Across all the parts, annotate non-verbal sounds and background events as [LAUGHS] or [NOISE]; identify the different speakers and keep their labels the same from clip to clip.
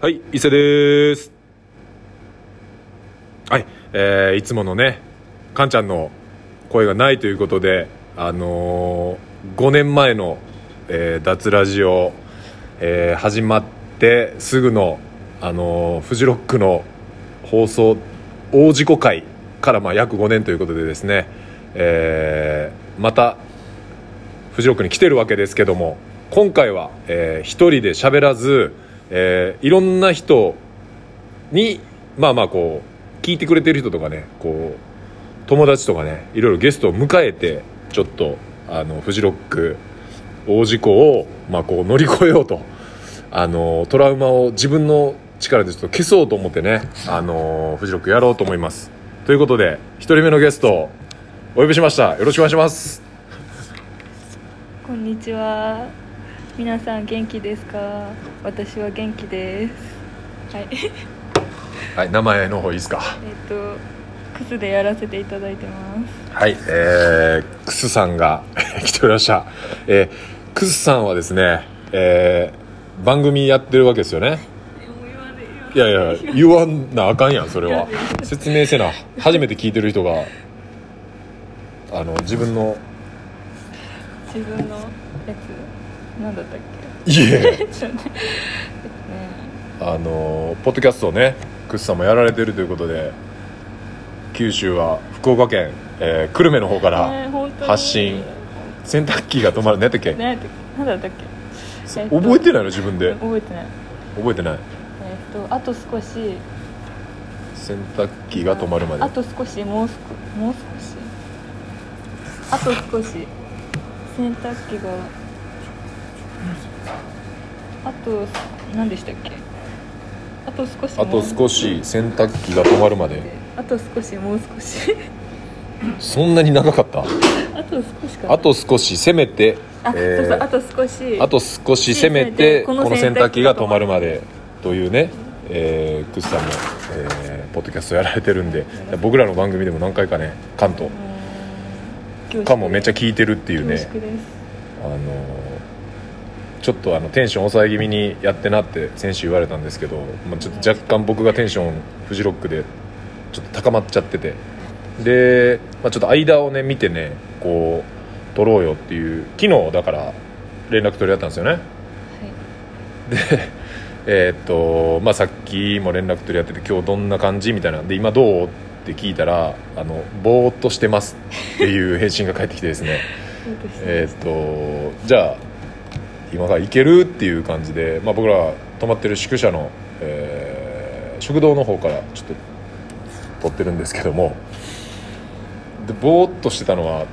Speaker 1: はい、伊勢です。はい、えーいつものね、かんちゃんの声がないということで、あのー、5年前の、えー脱ラジオ、えー始まってすぐの、あのーフジロックの放送、大事故会から、まあ、約5年ということでですね、えーまた、フジロックに来てるわけですけども今回は、えー一人で喋らず、えーいろんな人にまあまあこう聞いてくれてる人とかねこう友達とかねいろいろゲストを迎えてちょっとあのフジロック大事故を、まあ、こう乗り越えようとあのトラウマを自分の力でちょっと消そうと思ってねあのフジロックやろうと思いますということで一人目のゲストをお呼びしましたよろしくお願いします
Speaker 2: こんにちは。皆さん元気ですか。私は元気です。はい、 [LAUGHS] えっ
Speaker 1: はい名前の方いいですか
Speaker 2: と、クスでやらせていただいてます。
Speaker 1: はい、えー、クスさんが [LAUGHS] 来ておりました、えー、クスさんはですね、えー、番組やってるわけですよねいやいや言わんなあかんやんそれは説明せな初めて聞いてる人があの自分の
Speaker 2: 自分のやつ、なんだったっ
Speaker 1: いえ
Speaker 2: け。ちょっとね
Speaker 1: あのポッドキャストをねクスさんもやられてるということで九州は福岡県、えー久留米の方か
Speaker 2: ね
Speaker 1: ら
Speaker 2: 本当に
Speaker 1: 発信洗濯機が止まるねってっけ
Speaker 2: 何やったっけなんだったっけ。えっと
Speaker 1: 覚えてないの自分で
Speaker 2: 覚えてない。
Speaker 1: 覚えてない
Speaker 2: えっと、あと少し。
Speaker 1: 洗濯機が止まるまで
Speaker 2: あと少しもうすこもう少しあと少し洗濯機があと何でしたっけあと少しも
Speaker 1: あと少し洗濯機が止まるまで
Speaker 2: あと少しもう少し [LAUGHS]
Speaker 1: そんなに長かった
Speaker 2: あと少しかな
Speaker 1: あと少しせめて
Speaker 2: あ、
Speaker 1: えー
Speaker 2: そうそうあと少し
Speaker 1: あと少しせめてこ
Speaker 2: この
Speaker 1: の洗
Speaker 2: 洗
Speaker 1: 濯
Speaker 2: 濯
Speaker 1: 機
Speaker 2: 機
Speaker 1: が
Speaker 2: が
Speaker 1: 止
Speaker 2: 止
Speaker 1: ま
Speaker 2: ま
Speaker 1: る
Speaker 2: る
Speaker 1: までというね、えー、クスさんの、えーポッドキャストやられてるんで僕らの番組でも何回かね関東
Speaker 2: うーん恐縮
Speaker 1: かもめっちゃ聞いてるっていうね
Speaker 2: 恐縮です
Speaker 1: あのーちょっとあのテンション抑え気味にやってなって先週言われたんですけど、まあ、ちょっと若干僕がテンションフジロックでちょっと高まっちゃっててで、まあ、ちょっと間をね見てねこう撮ろうよっていう昨日だから連絡取り合ったんですよねえーっとまあさっきも連絡取り合ってて今日どんな感じみたいなんで今どうって聞いたらあのぼーっとしてますっていう返信が返ってきてですね
Speaker 2: はい私
Speaker 1: えーっとじゃあ今から行けるっていう感じで、まあ、僕ら泊まってる宿舎の、えー食堂の方からちょっと撮ってるんですけどもでぼーっとしてたのは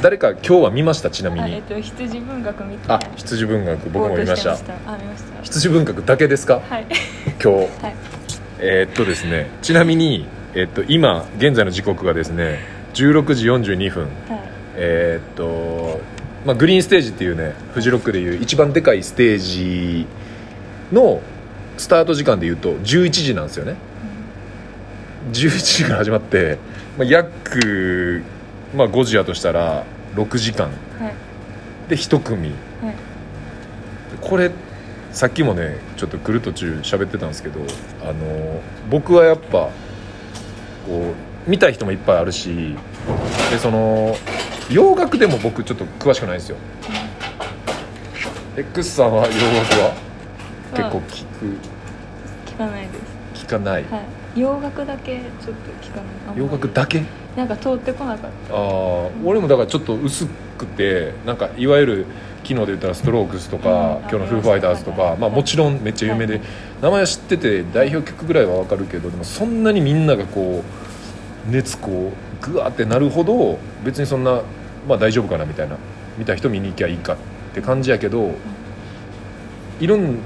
Speaker 1: 誰か今日は見ましたちなみ
Speaker 2: あえっ
Speaker 1: に
Speaker 2: と羊文学見て
Speaker 1: あ羊文学僕も見ました
Speaker 2: ぼーっとてあ見ました
Speaker 1: 羊文学だけですか
Speaker 2: はい
Speaker 1: 今日
Speaker 2: はい
Speaker 1: えーっとですねちなみに、えっと今現在の時刻がですね16時42分
Speaker 2: はい
Speaker 1: えーっと、まあ、グリーンステージっていうねフジロックでいう一番でかいステージのスタート時間でいうと11時なんですよね11時から始まって、まあ、約、まあ、5時やとしたら6時間
Speaker 2: うんはい
Speaker 1: で1組
Speaker 2: はい
Speaker 1: これさっきもねちょっと来る途中喋ってたんですけどあの僕はやっぱこう見たい人もいっぱいあるしでその洋楽でも僕ちょっと詳しくないんですよ X さんは洋楽は結構聞く
Speaker 2: 聞かないです
Speaker 1: 聞かない、
Speaker 2: はい洋楽だけちょっと聞かないあんまり
Speaker 1: 洋楽だけ
Speaker 2: なんか通ってこなかっ
Speaker 1: ああ俺もだからちょっと薄くてなんかいわゆる昨日で言ったらストロークスとか、
Speaker 2: うん
Speaker 1: 今日のフーファイターズとか、
Speaker 2: はい
Speaker 1: まあ、もちろんめっちゃ有名で、
Speaker 2: はい
Speaker 1: 名前は知ってて代表曲ぐらいはわかるけどでもそんなにみんながこう熱こうグワーってなるほど別にそんな、まあ、大丈夫かなみたいな見た人見に行きゃいいかって感じやけどいろん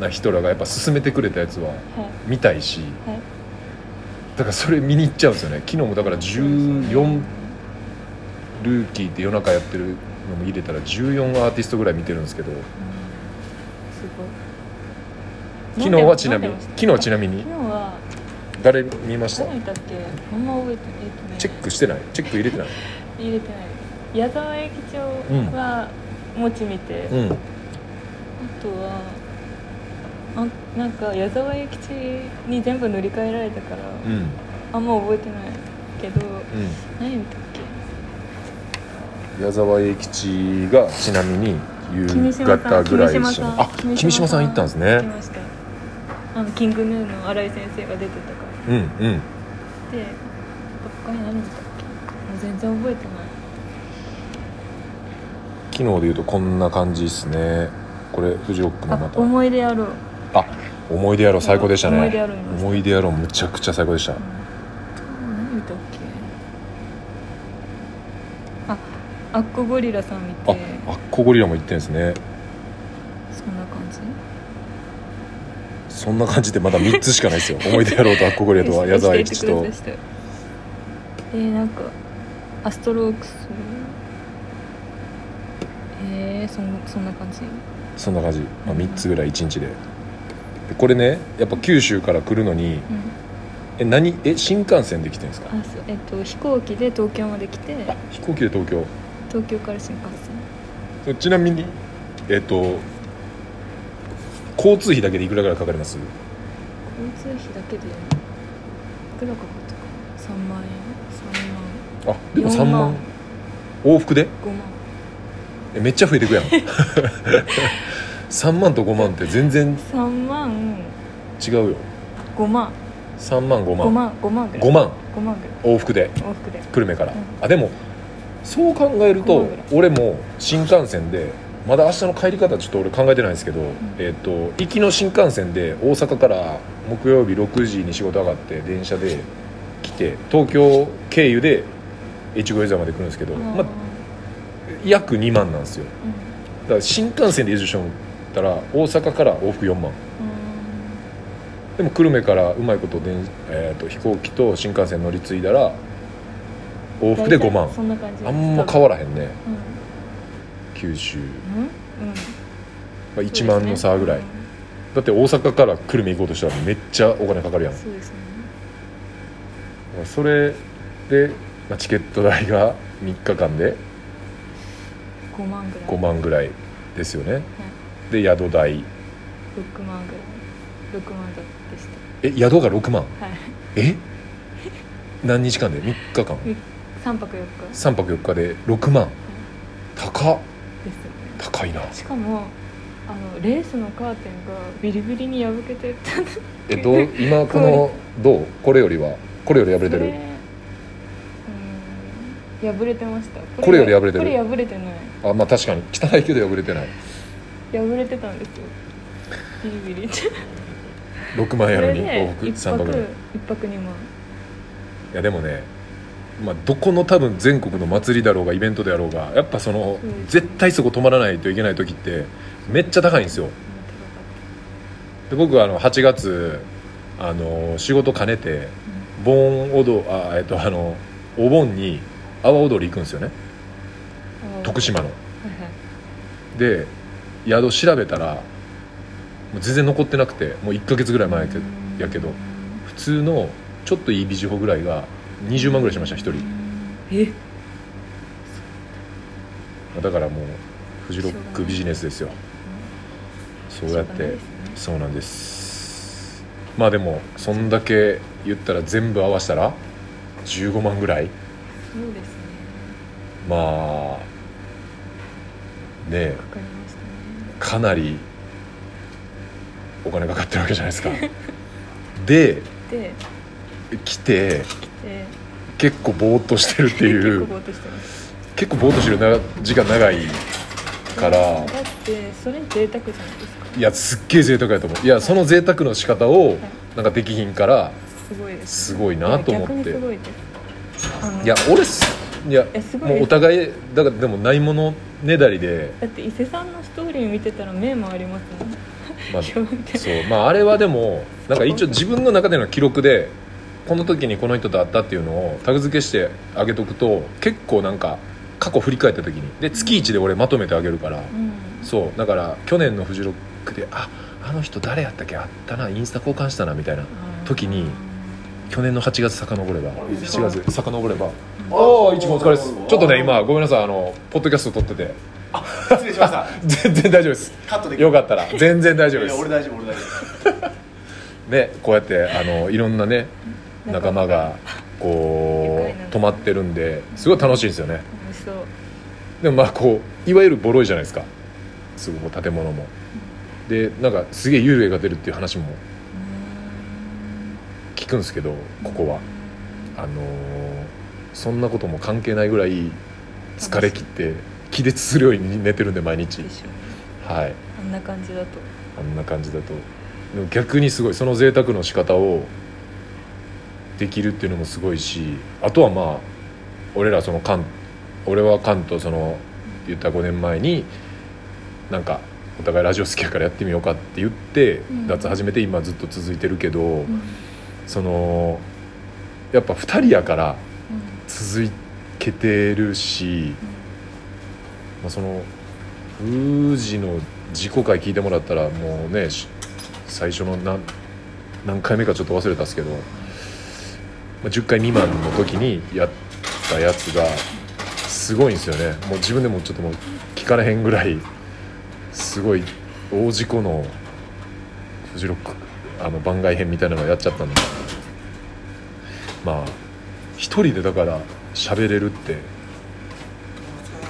Speaker 1: な人らがやっぱ勧めてくれたやつは
Speaker 2: たはい
Speaker 1: 見たいし
Speaker 2: はい
Speaker 1: だからそれ見に行っちゃうんですよね昨日もだから14ルーキーって夜中やってるのも入れたら14アーティストぐらい見てるんですけど
Speaker 2: うんすごい
Speaker 1: 昨日はちなみに昨日はちなみ
Speaker 2: み
Speaker 1: に
Speaker 2: 昨日は
Speaker 1: 誰見ました
Speaker 2: 誰いたっけあんま覚えてないえっとね
Speaker 1: チェックしてないチェック入れてない
Speaker 2: 入れてない矢沢永吉はもち見て、
Speaker 1: うん
Speaker 2: あとはあなんか矢沢永吉に全部塗り替えられたから、
Speaker 1: うんうん
Speaker 2: あんま覚えてないけど、何見たっけ
Speaker 1: 矢沢永吉がちなみに夕
Speaker 2: 君島さ
Speaker 1: 方
Speaker 2: ん
Speaker 1: ぐらい一緒にあ君島さん行ったんです
Speaker 2: 行き
Speaker 1: ね
Speaker 2: ましたあのキングヌーの新井先生が出てたから
Speaker 1: うんうん
Speaker 2: で他に何見たっけもう全然覚えてない
Speaker 1: 昨日で言うとこんな感じですねこれフジロックのま
Speaker 2: あ
Speaker 1: た
Speaker 2: 思い出やろう、
Speaker 1: あ思い出野郎最高でしたね
Speaker 2: 思い出野郎見ました
Speaker 1: 思い出野郎むちゃくちゃ最高でした
Speaker 2: うん、何見たっけあアッコゴリラさん見て
Speaker 1: ああっこゴリラも行ってんですね
Speaker 2: そんな感じ
Speaker 1: そんな感じでまだ3つしかないですよ思い出野郎とあっこゴリラとは矢沢永吉と
Speaker 2: [LAUGHS] してしてえー、なんかアストロークスえー、そんそんな感じ
Speaker 1: そんな感じ、まあ、3つぐらい1日ででこれねやっぱ九州から来るのに
Speaker 2: うん
Speaker 1: え何え新幹線で来てるんですか
Speaker 2: あそうえっと飛行機で東京まで来て
Speaker 1: あ飛行機で東京
Speaker 2: 東京から新幹
Speaker 1: そ
Speaker 2: 線
Speaker 1: ちなみにえっと交通費だけでいくらぐらいかかります
Speaker 2: 交通費だけでいくらかかったかな3万円3万
Speaker 1: あでも
Speaker 2: 4
Speaker 1: 3万往
Speaker 2: 万
Speaker 1: 復で
Speaker 2: 5万
Speaker 1: えめっちゃ増え
Speaker 2: [LAUGHS]
Speaker 1: てくやん3万と5万って全然
Speaker 2: 3万
Speaker 1: 違うよ
Speaker 2: 5万
Speaker 1: 3万5
Speaker 2: 5
Speaker 1: 万
Speaker 2: 万5万ぐらい
Speaker 1: 5万
Speaker 2: 5万ぐらい
Speaker 1: 往復で
Speaker 2: 往復で
Speaker 1: 久留米から、
Speaker 2: うん
Speaker 1: あでもそう考える
Speaker 2: 五
Speaker 1: と
Speaker 2: 万ぐらい
Speaker 1: 俺も新幹線でまだ明日の帰り方ちょっと俺考えてないんですけど、えっと行きの新幹線で大阪から木曜日6時に仕事上がって電車で来て東京経由で越後湯沢まで来るんですけど、まあ、約2万なんですよ
Speaker 2: うん
Speaker 1: だから新幹線で移住してもったら大阪から往復4万
Speaker 2: う
Speaker 1: でも久留米からうまいこと電、えー、と飛行機と新幹線乗り継いだら往
Speaker 2: ん
Speaker 1: 復で5万
Speaker 2: 大体そんな感じ
Speaker 1: あんま変わらへんね
Speaker 2: うん
Speaker 1: 九州、
Speaker 2: うん、
Speaker 1: まあ、1万の差ぐらい、だって大阪から久留米行こうとしたらめっちゃお金かかるやん
Speaker 2: そうですね
Speaker 1: まあそれで、まあ、チケット代が3日間で
Speaker 2: 5万ぐらい
Speaker 1: 5万ぐらいですよね
Speaker 2: はい
Speaker 1: で宿代
Speaker 2: 6万ぐらい6万だでし
Speaker 1: え宿が6万
Speaker 2: たはい
Speaker 1: え何日間で3日間
Speaker 2: 3泊4日で
Speaker 1: 3泊4日で6万高っ
Speaker 2: すよね
Speaker 1: 高いな
Speaker 2: しかもあのレースのカーテンがビリビリに破けてたんで
Speaker 1: えどう今こ
Speaker 2: [LAUGHS]
Speaker 1: のどうこれよりはこれより破れて
Speaker 2: それ
Speaker 1: る
Speaker 2: うん破れてました
Speaker 1: これより破れてる
Speaker 2: これ破れてない
Speaker 1: あまあ確かに汚いけど破れてない
Speaker 2: 破れてたんですよビリビリって
Speaker 1: 6万
Speaker 2: そ
Speaker 1: やの
Speaker 2: れ
Speaker 1: に往
Speaker 2: で
Speaker 1: 復
Speaker 2: 一
Speaker 1: 3
Speaker 2: 泊
Speaker 1: 泊ぐらい
Speaker 2: 一泊2万
Speaker 1: いやでもね、まあ、どこの多分全国の祭りだろうがイベントであろうがやっぱその、
Speaker 2: うん
Speaker 1: 絶対そこ泊まらないといけない時ってめっちゃ高いんですよで僕はあの8月あの仕事兼ねて盆踊あえっとあのお盆に阿波踊り行くんですよね徳島の
Speaker 2: はいはい
Speaker 1: で宿調べたらもう全然残ってなくてもう1ヶ月ぐらい前やけやけど普通のちょっといいビジホぐらいが20万ぐらいしました1人
Speaker 2: え
Speaker 1: だからもうフジロックビジネスですよそうやって、そうなんですまあでもそんだけ言ったら全部合わせたら15万ぐらい
Speaker 2: そうですね
Speaker 1: まあねえ
Speaker 2: わかりましたね
Speaker 1: かなりお金かかってるわけじゃない [LAUGHS] ですかで
Speaker 2: で
Speaker 1: 来て
Speaker 2: 来て
Speaker 1: 結構ぼーっとしてるってい
Speaker 2: 結構
Speaker 1: う
Speaker 2: ぼーっとしてます
Speaker 1: [LAUGHS] 結構ぼーっとしてるな時間長いから
Speaker 2: だってそれ贅沢じゃないですか
Speaker 1: いやすっげえ贅沢やと思ういやその贅沢の仕方をなんかできひんから
Speaker 2: すごいです
Speaker 1: すごいなと思
Speaker 2: 逆
Speaker 1: っ
Speaker 2: にす
Speaker 1: て
Speaker 2: ごいですあの
Speaker 1: いや俺すいや
Speaker 2: えすごい
Speaker 1: もうお互いだからでもないものねだりで、
Speaker 2: だって伊勢さんのストーリー見てたら目回りますもん
Speaker 1: まあ、
Speaker 2: [LAUGHS] 表
Speaker 1: そ
Speaker 2: 現
Speaker 1: うまああれはでもなんか一応自分の中での記録でこの時にこの人と会ったっていうのをタグ付けしてあげとくと結構なんか過去振り返った時にで月1で俺まとめてあげるから、
Speaker 2: うん
Speaker 1: そうだから去年のフジロックでああの人誰やったっけあったなインスタ交換したなみたいな
Speaker 2: あー
Speaker 1: 時に去年の8月遡れば7月遡れば
Speaker 3: あ
Speaker 1: ああいちごお疲れですちょっとね今ごめんなさいあのポッドキャスト撮ってて
Speaker 3: 失礼しました
Speaker 1: [LAUGHS] 全然大丈夫です
Speaker 3: カットできる
Speaker 1: よかったら全然大丈夫
Speaker 3: い
Speaker 1: で
Speaker 3: や俺
Speaker 1: す
Speaker 3: 大丈夫俺大丈
Speaker 1: ねこうやってあのいろんなね仲間がこ
Speaker 2: 仲間
Speaker 1: う
Speaker 2: が
Speaker 1: 泊まってるんですごい楽しいんですよね
Speaker 2: 楽しそう
Speaker 1: でもまあこういわゆるボロいじゃないですかすぐもう建物もでなんかすげえ幽霊が出るっていう話も聞くんですけどここはあのーそんなことも関係ないぐらい疲れ切って気絶するように寝てるんで毎日
Speaker 2: でしょ
Speaker 1: はい
Speaker 2: あんな感じだと
Speaker 1: あんな感じだとでも逆にすごいその贅沢の仕方をできるっていうのもすごいしあとはまあ俺らその関俺は関とその言った5年前になんかお互いラジオ好きやからやってみようかって言って、
Speaker 2: ん
Speaker 1: 脱始めて今ずっと続いてるけど、
Speaker 2: うんうん
Speaker 1: そのやっぱ2人やから続けてるし、まあ、その富士の自己回聞いてもらったらもうねし最初の何何回目かちょっと忘れたんですけど、まあ、10回未満の時にやったやつがすごいんですよねもう自分でもちょっともう聞かれへんぐらいすごい大事故のフジロックあの番外編みたいなのをやっちゃったんでまあ一人でだから喋れるって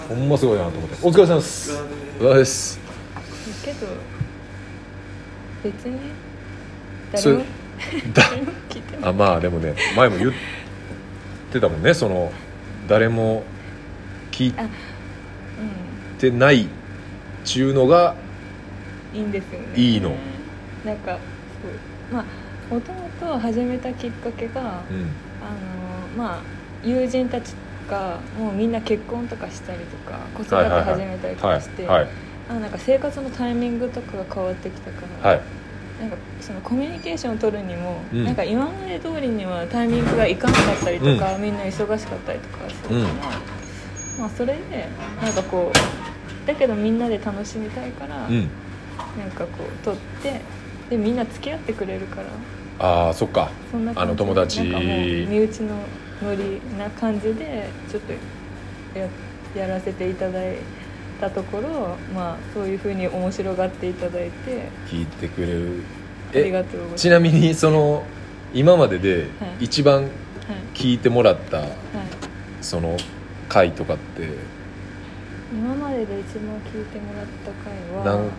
Speaker 1: ほんますごいなと思ってお疲れ様です
Speaker 3: お疲
Speaker 1: お疲れ様です
Speaker 2: けど別に
Speaker 1: それ
Speaker 2: 誰も
Speaker 1: だ
Speaker 2: 誰も聞いてない
Speaker 1: あまあでもね前も言ってたもんねその誰も聞いてないっていうのが
Speaker 2: うんいいんですよね
Speaker 1: いいの
Speaker 2: なんかそうまあもともと始めたきっかけが、
Speaker 1: うん
Speaker 2: あのまあ友人たちがもうみんな結婚とかしたりとか子育て始めたりと
Speaker 1: は
Speaker 2: かして、
Speaker 1: いはい
Speaker 2: あなんか生活のタイミングとかが変わってきたから、
Speaker 1: はい
Speaker 2: なんかそのコミュニケーションを取るにも、
Speaker 1: うん
Speaker 2: なんか今まで通りにはタイミングがいかなかったりとか、みんな忙しかったりとかするから、
Speaker 1: うん
Speaker 2: まあ、それでなんかこうだけどみんなで楽しみたいから、
Speaker 1: うん
Speaker 2: なんかこう取ってでみんな付き合ってくれるから
Speaker 1: ああそっか
Speaker 2: そんな
Speaker 1: あの友達
Speaker 2: なんかもう身内のノリな感じでちょっとややらせていただいたところ、まあ、そういうふうに面白がっていただいて
Speaker 1: 聞いてくれる
Speaker 2: あり
Speaker 1: え
Speaker 2: がとうございます
Speaker 1: ちなみにその今までで
Speaker 2: はい
Speaker 1: 一番
Speaker 2: はい
Speaker 1: 聞いてもらった
Speaker 2: はい、
Speaker 1: その回とかって
Speaker 2: 今までで一番聞いてもらった回
Speaker 1: な
Speaker 2: は
Speaker 1: ん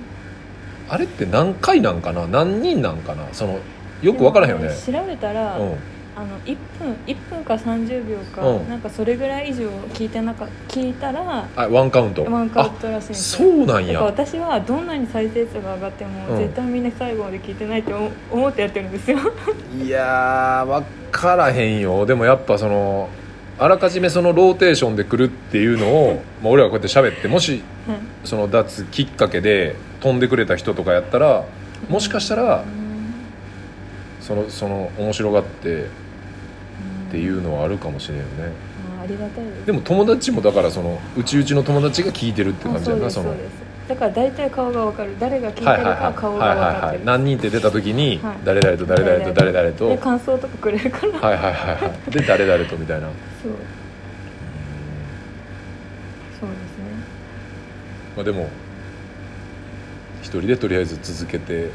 Speaker 1: あれって何回なんかな何人なんかなそのよく分からへんよね
Speaker 2: でも調べたら、
Speaker 1: う
Speaker 2: あの1分1分か30秒か、
Speaker 1: うん
Speaker 2: なんかそれぐらい以上聞いてなか聞いたら
Speaker 1: んあワンカウント
Speaker 2: ワンカウントらしいん
Speaker 1: あ
Speaker 2: です
Speaker 1: そ
Speaker 2: よ
Speaker 1: うなん
Speaker 2: だから
Speaker 1: や
Speaker 2: 私はどんなに再生数が上がっても、
Speaker 1: うん
Speaker 2: 絶対みんな最後まで聞いてないって思思ってやってるんですよ
Speaker 1: いやー分からへんよでもやっぱそのあらかじめそのローテーションで来るっていうのを、まあ、俺らがこうやって喋ってもしその脱きっかけで飛んでくれた人とかやったらもしかしたらそのその面白がってっていううのはあるかもしれんよね
Speaker 2: んあーありがたいです
Speaker 1: でも友達もだからそのうちうちの友達が聞いてるって感
Speaker 2: あ
Speaker 1: じ
Speaker 2: そ
Speaker 1: や
Speaker 2: う
Speaker 1: な
Speaker 2: です
Speaker 1: そ
Speaker 2: そう
Speaker 1: の
Speaker 2: ですだから大体顔がわかる誰が聞いてる
Speaker 1: はいはい
Speaker 2: か顔が
Speaker 1: はい
Speaker 2: わ
Speaker 1: はい
Speaker 2: かっ
Speaker 1: は
Speaker 2: て
Speaker 1: い
Speaker 2: る
Speaker 1: 何人って出た時に
Speaker 2: はい
Speaker 1: 誰々と誰々と誰々と
Speaker 2: で感想とかくれるから、
Speaker 1: はいはいはいはいで誰々とみたいな
Speaker 2: そうそうですね
Speaker 1: まあでも一人でとりあえず続けて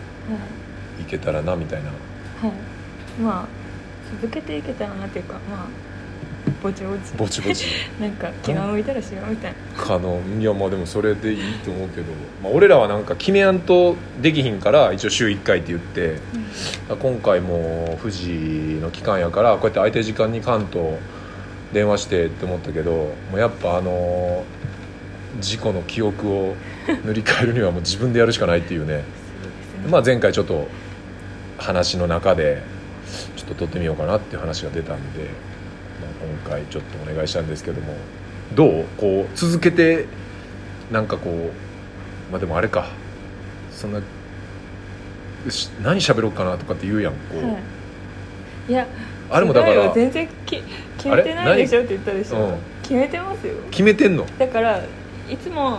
Speaker 1: いけたらなみたいな
Speaker 2: はい、はい、まあ続けていけたらなっていうかまあぼちぼち
Speaker 1: ぼちぼち
Speaker 2: なんか気が向いたらしようみたいな
Speaker 1: あの [LAUGHS] いやまあでもそれでいいと思うけど、まあ、俺らはなんか決めやんとできひんから一応週1回って言って今回も富士の期間やからこうやって空いてる時間に関東電話してって思ったけどもうやっぱあの事故の記憶を塗り替えるにはもう自分でやるしかないっていうねまあ前回ちょっと話の中でちょっと撮ってみようかなっていう話が出たんで、まあ、今回ちょっとお願いしたんですけどもどうこう続けてなんかこうまあでもあれかそんなし何喋ろうかなとかって言うやんこう、
Speaker 2: はいいや
Speaker 1: あれもだか
Speaker 2: 違う
Speaker 1: ら
Speaker 2: よ全然き決めてないでしょって言ったでしょ、
Speaker 1: うん
Speaker 2: 決めてますよ
Speaker 1: 決めてんの
Speaker 2: だからいつも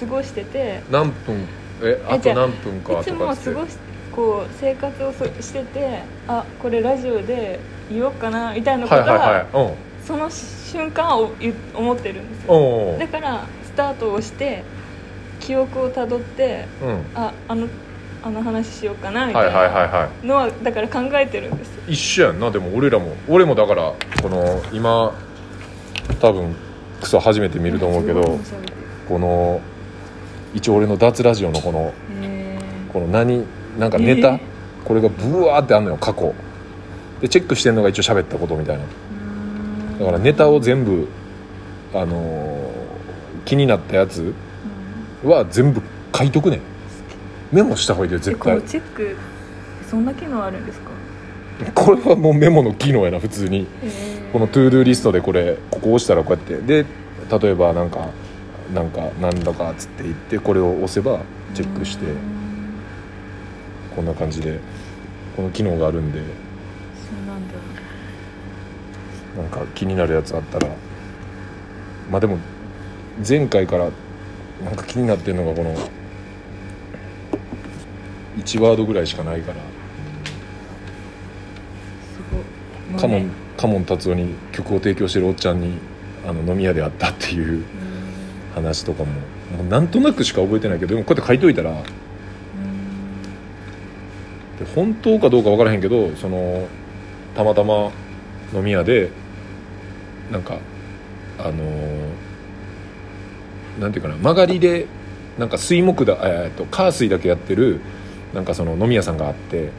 Speaker 2: 過ごしてて
Speaker 1: 何分えあ
Speaker 2: じゃ
Speaker 1: と
Speaker 2: あ
Speaker 1: 何分か
Speaker 2: いつ
Speaker 1: と
Speaker 2: も
Speaker 1: か
Speaker 2: 過
Speaker 1: っつって
Speaker 2: ごしこう生活をそしててあこれラジオで言おうかなみたいなこと
Speaker 1: はい
Speaker 2: は,、
Speaker 1: はいはい
Speaker 2: その瞬間を言思ってるんです
Speaker 1: う
Speaker 2: よ
Speaker 1: んうんうん
Speaker 2: だからスタートをして記憶をたどって
Speaker 1: うん
Speaker 2: ああのあの話しようかなみ
Speaker 1: は
Speaker 2: た
Speaker 1: い
Speaker 2: い
Speaker 1: はいはい
Speaker 2: な
Speaker 1: はい
Speaker 2: のはだから考えてるんです
Speaker 1: 一緒やんなでも俺らも俺もだからこの今多分クソ初めて見ると思うけど
Speaker 2: すごい面白いです
Speaker 1: この一応俺の脱ラジオのこの
Speaker 2: へ
Speaker 1: この何なんかネタ、
Speaker 2: えー
Speaker 1: これがブワーってあんのよ過去でチェックしてんのが一応喋ったことみたいな
Speaker 2: ー
Speaker 1: だからネタを全部あのー気になったやつ
Speaker 2: うん
Speaker 1: は全部書いとくねんメモした方がいいよ
Speaker 2: え
Speaker 1: 絶
Speaker 2: この
Speaker 1: 対
Speaker 2: チェックそんな機能あるんですか
Speaker 1: これはもうメモの機能やな普通にこのトゥードゥーリスト
Speaker 2: で
Speaker 1: でこれここ押したらこうやってで例えばなんかなんかなんだかっつって言ってこれを押せばチェックしてこんな感じでこの機能があるんで
Speaker 2: そうなんだ
Speaker 1: なんか気になるやつあったらまあでも前回からなんか気になってるのがこの1ワードぐらいしかないから
Speaker 2: すごい
Speaker 1: カモ
Speaker 2: 豆
Speaker 1: ンカモン達夫に曲を提供してるおっちゃんにあの飲み屋で会ったっていう
Speaker 2: うん
Speaker 1: 話とかももうなんとなくしか覚えてないけどでもこうやって書いといたらで本当かどうか分からへんけどそのたまたま飲み屋でなんかあのーなんていうかな曲がりでなんか水木だえーっとカー水だけやってるなんかその飲み屋さんがあって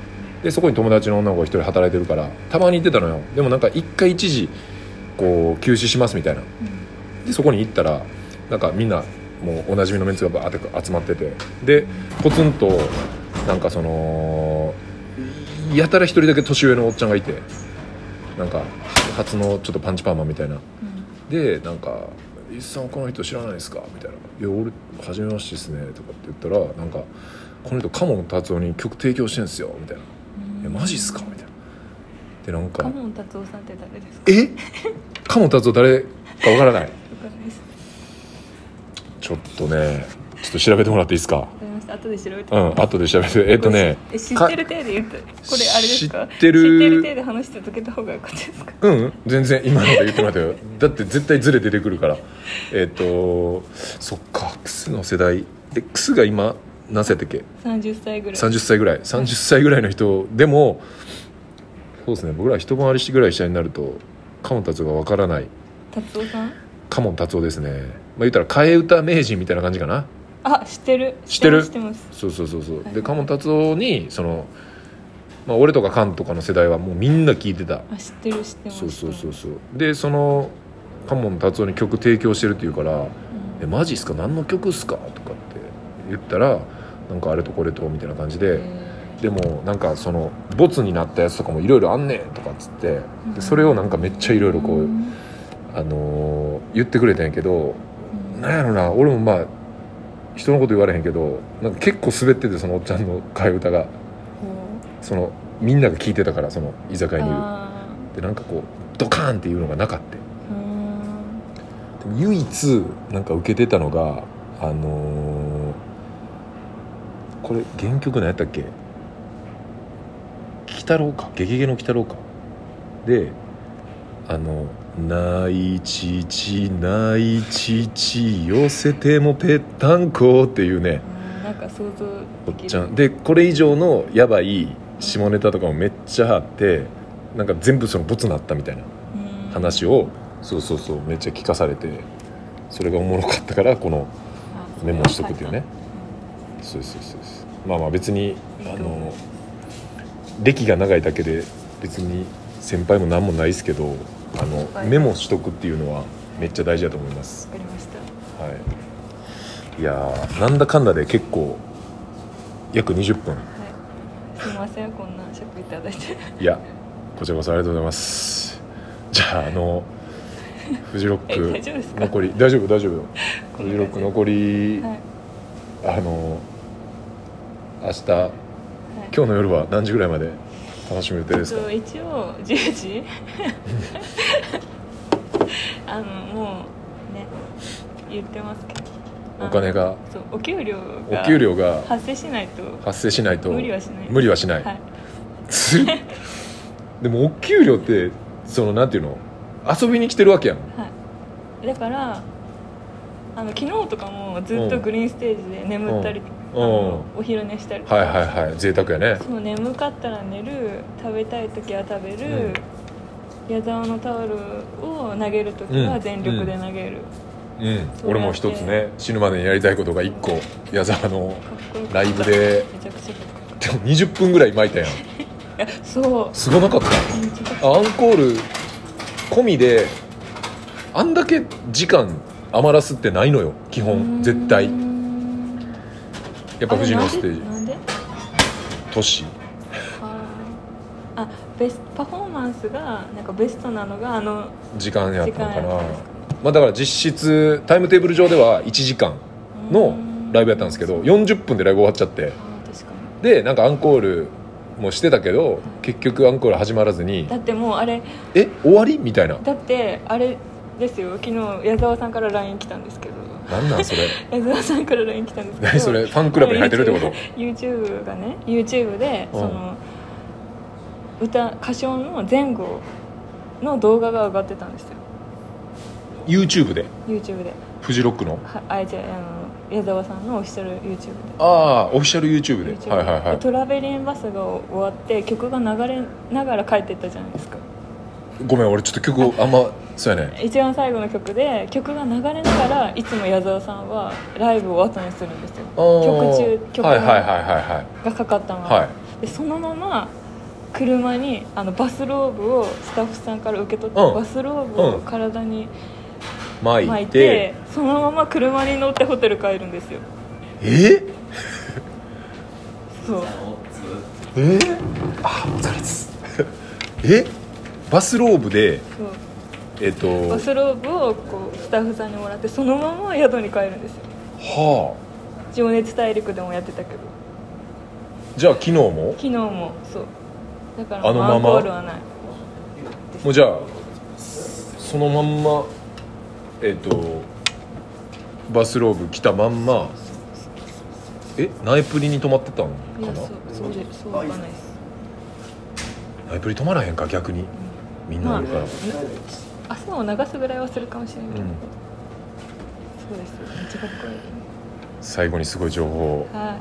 Speaker 1: でそこに友達の女の子が一人働いてるからたまに行ってたのよでもなんか一回一時こう休止しますみたいなでそこに行ったらなんかみんなもうおなじみのメンツがバーって集まっててでポツンとなんかそのやたら一人だけ年上のおっちゃんがいてなんか初のちょっとパンチパーマみたいな
Speaker 2: うん
Speaker 1: でなんか「伊豆さんこの人知らないですか?」みたいな「いや俺初めましてですね」とかって言ったらなんか「この人カモン達夫に曲提供してんすよ」みたいな「いやマジっすか?」みたいなでなん
Speaker 2: カ
Speaker 1: か
Speaker 2: モン達夫さんって誰です
Speaker 1: 「
Speaker 2: か
Speaker 1: えカモン達夫誰かわからない」
Speaker 2: わかんないです
Speaker 1: ちょっとね、ちょっと調べてもらっていいですか。
Speaker 2: わかりました後で調べて
Speaker 1: うん、後で調べて、えっとね、
Speaker 2: え知ってる体で言ってこれあれですか
Speaker 1: 知ってる
Speaker 2: 知ってる体で話して解けた方がよかったですか
Speaker 1: うん、全然今ので言ってもら
Speaker 2: [LAUGHS]
Speaker 1: ったよ。だって絶対ズレ出てくるから。えっと、そっか、クスの世代。で、クスが今、何歳だっけ
Speaker 2: 30歳ぐらい
Speaker 1: ?30 歳ぐらい。30歳ぐらいの人でも、そうですね、僕ら一回りしてぐらい下になると、カモン達夫がわからない。
Speaker 2: 達夫さん
Speaker 1: カモン達夫ですね。まあ言ったら、替え歌名人みたいな感じかな。
Speaker 2: あ知ってる
Speaker 1: 知ってる
Speaker 2: 知ってます
Speaker 1: そうそうそうそう
Speaker 2: はいは
Speaker 1: で
Speaker 2: い
Speaker 1: カモン達夫にその、まあ、俺とかカンとかの世代はもうみんな聞いてた
Speaker 2: あ知ってる知ってます
Speaker 1: そうそうそうそうでそのカモン達夫に曲提供してるっていうから「え
Speaker 2: うん
Speaker 1: マジっすか何の曲っすか?」とかって言ったら「なんかあれとこれと」みたいな感じで、
Speaker 2: え
Speaker 1: でもなんかそのボツになったやつとかもいろいろあんねんとかっつって
Speaker 2: う
Speaker 1: で
Speaker 2: ん
Speaker 1: それをなんかめっちゃいろいろこ
Speaker 2: う
Speaker 1: う、
Speaker 2: ん
Speaker 1: あのー言ってくれたんやけど
Speaker 2: うん
Speaker 1: なんやろな俺もまあ人のこと言われへんけどなんか結構滑っててそのおっちゃんの替え歌がそのみんなが聞いてたからその居酒屋にいる
Speaker 2: あ
Speaker 1: でなんかこうドカーンっていうのがなかった
Speaker 2: ーうん
Speaker 1: でも唯一なんか受けてたのがあのーこれ原曲何やったっけ「鬼太郎」か「ゲゲゲの鬼太郎」かであの「ないちちないちち寄せてもぺったんこ」っていうね
Speaker 2: うんなんか想像
Speaker 1: お
Speaker 2: で
Speaker 1: っ
Speaker 2: きる
Speaker 1: ちゃんでこれ以上のやばい下ネタとかもめっちゃあってなんか全部そのボツなったみたいな
Speaker 2: うん
Speaker 1: 話をそうそうそうめっちゃ聞かされてそれがおもろかったからこの
Speaker 2: あ
Speaker 1: メモしとくっていうねそうそうそうそうまあまあ別に
Speaker 2: いい
Speaker 1: あ
Speaker 2: と思いま
Speaker 1: の
Speaker 2: す
Speaker 1: 歴が長いだけで別に先輩も何もないですけどあの
Speaker 2: はい
Speaker 1: メモしとくっていうのはめっちゃ大事だと思います
Speaker 2: わかりました
Speaker 1: はいいやーなんだかんだで結構約20分
Speaker 2: はいすいませんこんな尺いただ
Speaker 1: [LAUGHS]
Speaker 2: いて
Speaker 1: いやこちらこそありがとうございますじゃああのフジロ
Speaker 2: え大
Speaker 1: ッ
Speaker 2: 丈夫です
Speaker 1: ク
Speaker 2: か
Speaker 1: 残り大丈夫大丈夫よ
Speaker 2: こ
Speaker 1: フ
Speaker 2: んな
Speaker 1: ジ
Speaker 2: 感
Speaker 1: ロ
Speaker 2: じ
Speaker 1: ック残り、
Speaker 2: はいはい
Speaker 1: あの明日今日の夜は何時ぐらいまで楽しむ予定ですか
Speaker 2: そう一応10時 [LAUGHS] あのもうね言ってますけどあの
Speaker 1: お金が
Speaker 2: そうお給料が
Speaker 1: お給料が
Speaker 2: 発生しないと
Speaker 1: 発生しないと
Speaker 2: 無理はしない
Speaker 1: 無理はしない
Speaker 2: はい、
Speaker 1: つる [LAUGHS] でもお給料ってそのなんていうの遊びに来てるわけやん
Speaker 2: はい、だからあの昨日とかもずっとグリーンステージで眠ったり、
Speaker 1: うん
Speaker 2: あ
Speaker 1: うん
Speaker 2: のお昼寝したりとか
Speaker 1: はいはいはい贅沢やね
Speaker 2: そう眠かったら寝る食べたい時は食べる、矢沢のタオルを投げる時は全力で投げる、
Speaker 1: うん
Speaker 2: そう
Speaker 1: 俺も一つね死ぬまでにやりたいことが一個矢沢の
Speaker 2: かっこよかった
Speaker 1: ライブで
Speaker 2: めちゃくちゃかっこよ
Speaker 1: で
Speaker 2: かっ
Speaker 1: も20分ぐらい巻いたやん
Speaker 2: たいやそう
Speaker 1: すごなかった
Speaker 2: めちゃくちゃ
Speaker 1: アンコール込みであんだけ時間余らすってないのよ基本絶対
Speaker 2: うー
Speaker 1: や
Speaker 2: ん
Speaker 1: っぱ富士のステ
Speaker 2: あれ
Speaker 1: ージ
Speaker 2: なんでなんで
Speaker 1: 都市
Speaker 2: あーあベスパフォーマンスがなんかベストなのがあの
Speaker 1: 時間やったのかな
Speaker 2: 時間やったんですか
Speaker 1: まあだから実質タイムテーブル上では1時間のライブやったんですけ
Speaker 2: う
Speaker 1: ど
Speaker 2: ー
Speaker 1: 40分でライブ終わっちゃって
Speaker 2: あー確かに
Speaker 1: でなんかアンコールもしてたけど結局アンコール始まらずに
Speaker 2: だってもうあれ
Speaker 1: 「え終わり?」みたいな
Speaker 2: だってあれですよ昨日矢沢さんから LINE 来たんですけど
Speaker 1: 「何なんそれ
Speaker 2: 矢沢さんから LINE 来たんですけど
Speaker 1: 何それファンクラブに入ってるってこと
Speaker 2: YouTube YouTube がね YouTube で
Speaker 1: うん
Speaker 2: その、歌歌唱の前後の動画が上がってたんですよ
Speaker 1: YouTube で
Speaker 2: YouTube で
Speaker 1: フジロックの
Speaker 2: はあじゃあの矢沢さんのオフィシャル YouTube で
Speaker 1: ああーオフィシャル YouTube で
Speaker 2: YouTube
Speaker 1: はいはいはい
Speaker 2: トラベリンバスが終わって曲が流れながら帰ってったじゃないですか
Speaker 1: ごめん俺ちょっと曲をあんまそうやね
Speaker 2: 一番最後の曲で曲が流れながらいつも矢沢さんはライブを後にするんですよ
Speaker 1: あー
Speaker 2: 曲中曲
Speaker 1: はいはいはいは
Speaker 2: がかかったの、
Speaker 1: いはいはい
Speaker 2: でそのまま車にあのバスローブをスタッフさんから受け取って、
Speaker 1: うん
Speaker 2: バスローブを体に
Speaker 1: 巻いて
Speaker 2: 巻いて、そのまま車に乗ってホテル帰るんですよ
Speaker 1: え
Speaker 2: そう
Speaker 1: えあお疲れです [LAUGHS] えバスローブで
Speaker 2: そう
Speaker 1: えっと
Speaker 2: バスローブをこうスタッフさんにもらってそのまま宿に帰るんですよ
Speaker 1: は
Speaker 2: 情熱大陸でもやってたけど
Speaker 1: あじゃあ昨日も
Speaker 2: 昨日もそうだから
Speaker 1: あのまま
Speaker 2: アンコールはない
Speaker 1: もうじゃあそのまんまえっとバスローブ着たまんまえナイプリに泊まってたの
Speaker 2: い
Speaker 1: か
Speaker 2: や
Speaker 1: な
Speaker 2: そうそうでそうわかんないです、
Speaker 1: ナイプリ泊まらへんか逆にみんなおるから、
Speaker 2: まあ汗を流すぐらいはするかもしれないけど、
Speaker 1: うん
Speaker 2: そうですめっちゃかっこいい
Speaker 1: 最後にすごい情報を
Speaker 2: は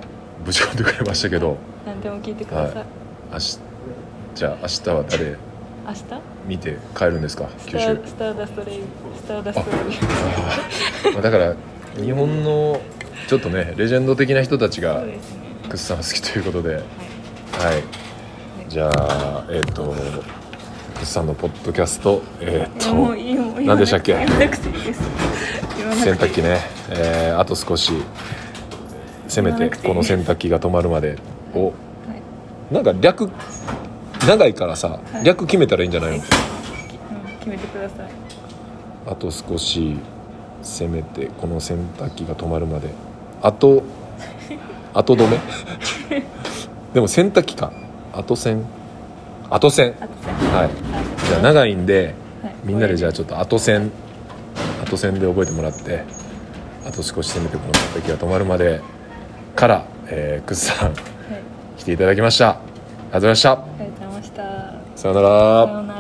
Speaker 1: ぶち込んでくれましたけど
Speaker 2: い何でも聞いてください、
Speaker 1: はい明日じゃあ明日は誰
Speaker 2: 明日スタ
Speaker 1: 見て帰るんですか九州
Speaker 2: ースターダストレインスターダストレイン
Speaker 1: まあだから日本のちょっとねレジェンド的な人たちが
Speaker 2: そうですね
Speaker 1: クッサン好きということではい
Speaker 2: はい
Speaker 1: じゃあえっ、とクッサンのポッドキャストえっ、
Speaker 2: いやもう
Speaker 1: と
Speaker 2: いいよもう言
Speaker 1: 何で
Speaker 2: わなくて
Speaker 1: したっけ
Speaker 2: 言わなくていいです言わなくてい
Speaker 1: 洗
Speaker 2: い
Speaker 1: 濯機ね、えーあと少しせめ
Speaker 2: 言わな
Speaker 1: て
Speaker 2: くていい
Speaker 1: この洗濯機が止まるまでを
Speaker 2: はい
Speaker 1: なんか略長いからさ
Speaker 2: はい
Speaker 1: 略決めたらいいんじゃないの
Speaker 2: うん決めてください
Speaker 1: あと少しせめてこの洗濯機が止まるまであと後止め [LAUGHS] でも洗濯機か後洗後洗
Speaker 2: あと
Speaker 1: はいじゃあ長いんでみんなでじゃあ
Speaker 2: と
Speaker 1: ちょっと後洗後洗で覚えてもらってあと少しせめてこの洗濯機が止まるまでから、えー、くっさん
Speaker 2: はい
Speaker 1: 来ていただきましたありがとうございました
Speaker 2: ありがとうございました
Speaker 1: さような
Speaker 2: さ
Speaker 1: ら
Speaker 2: ようなら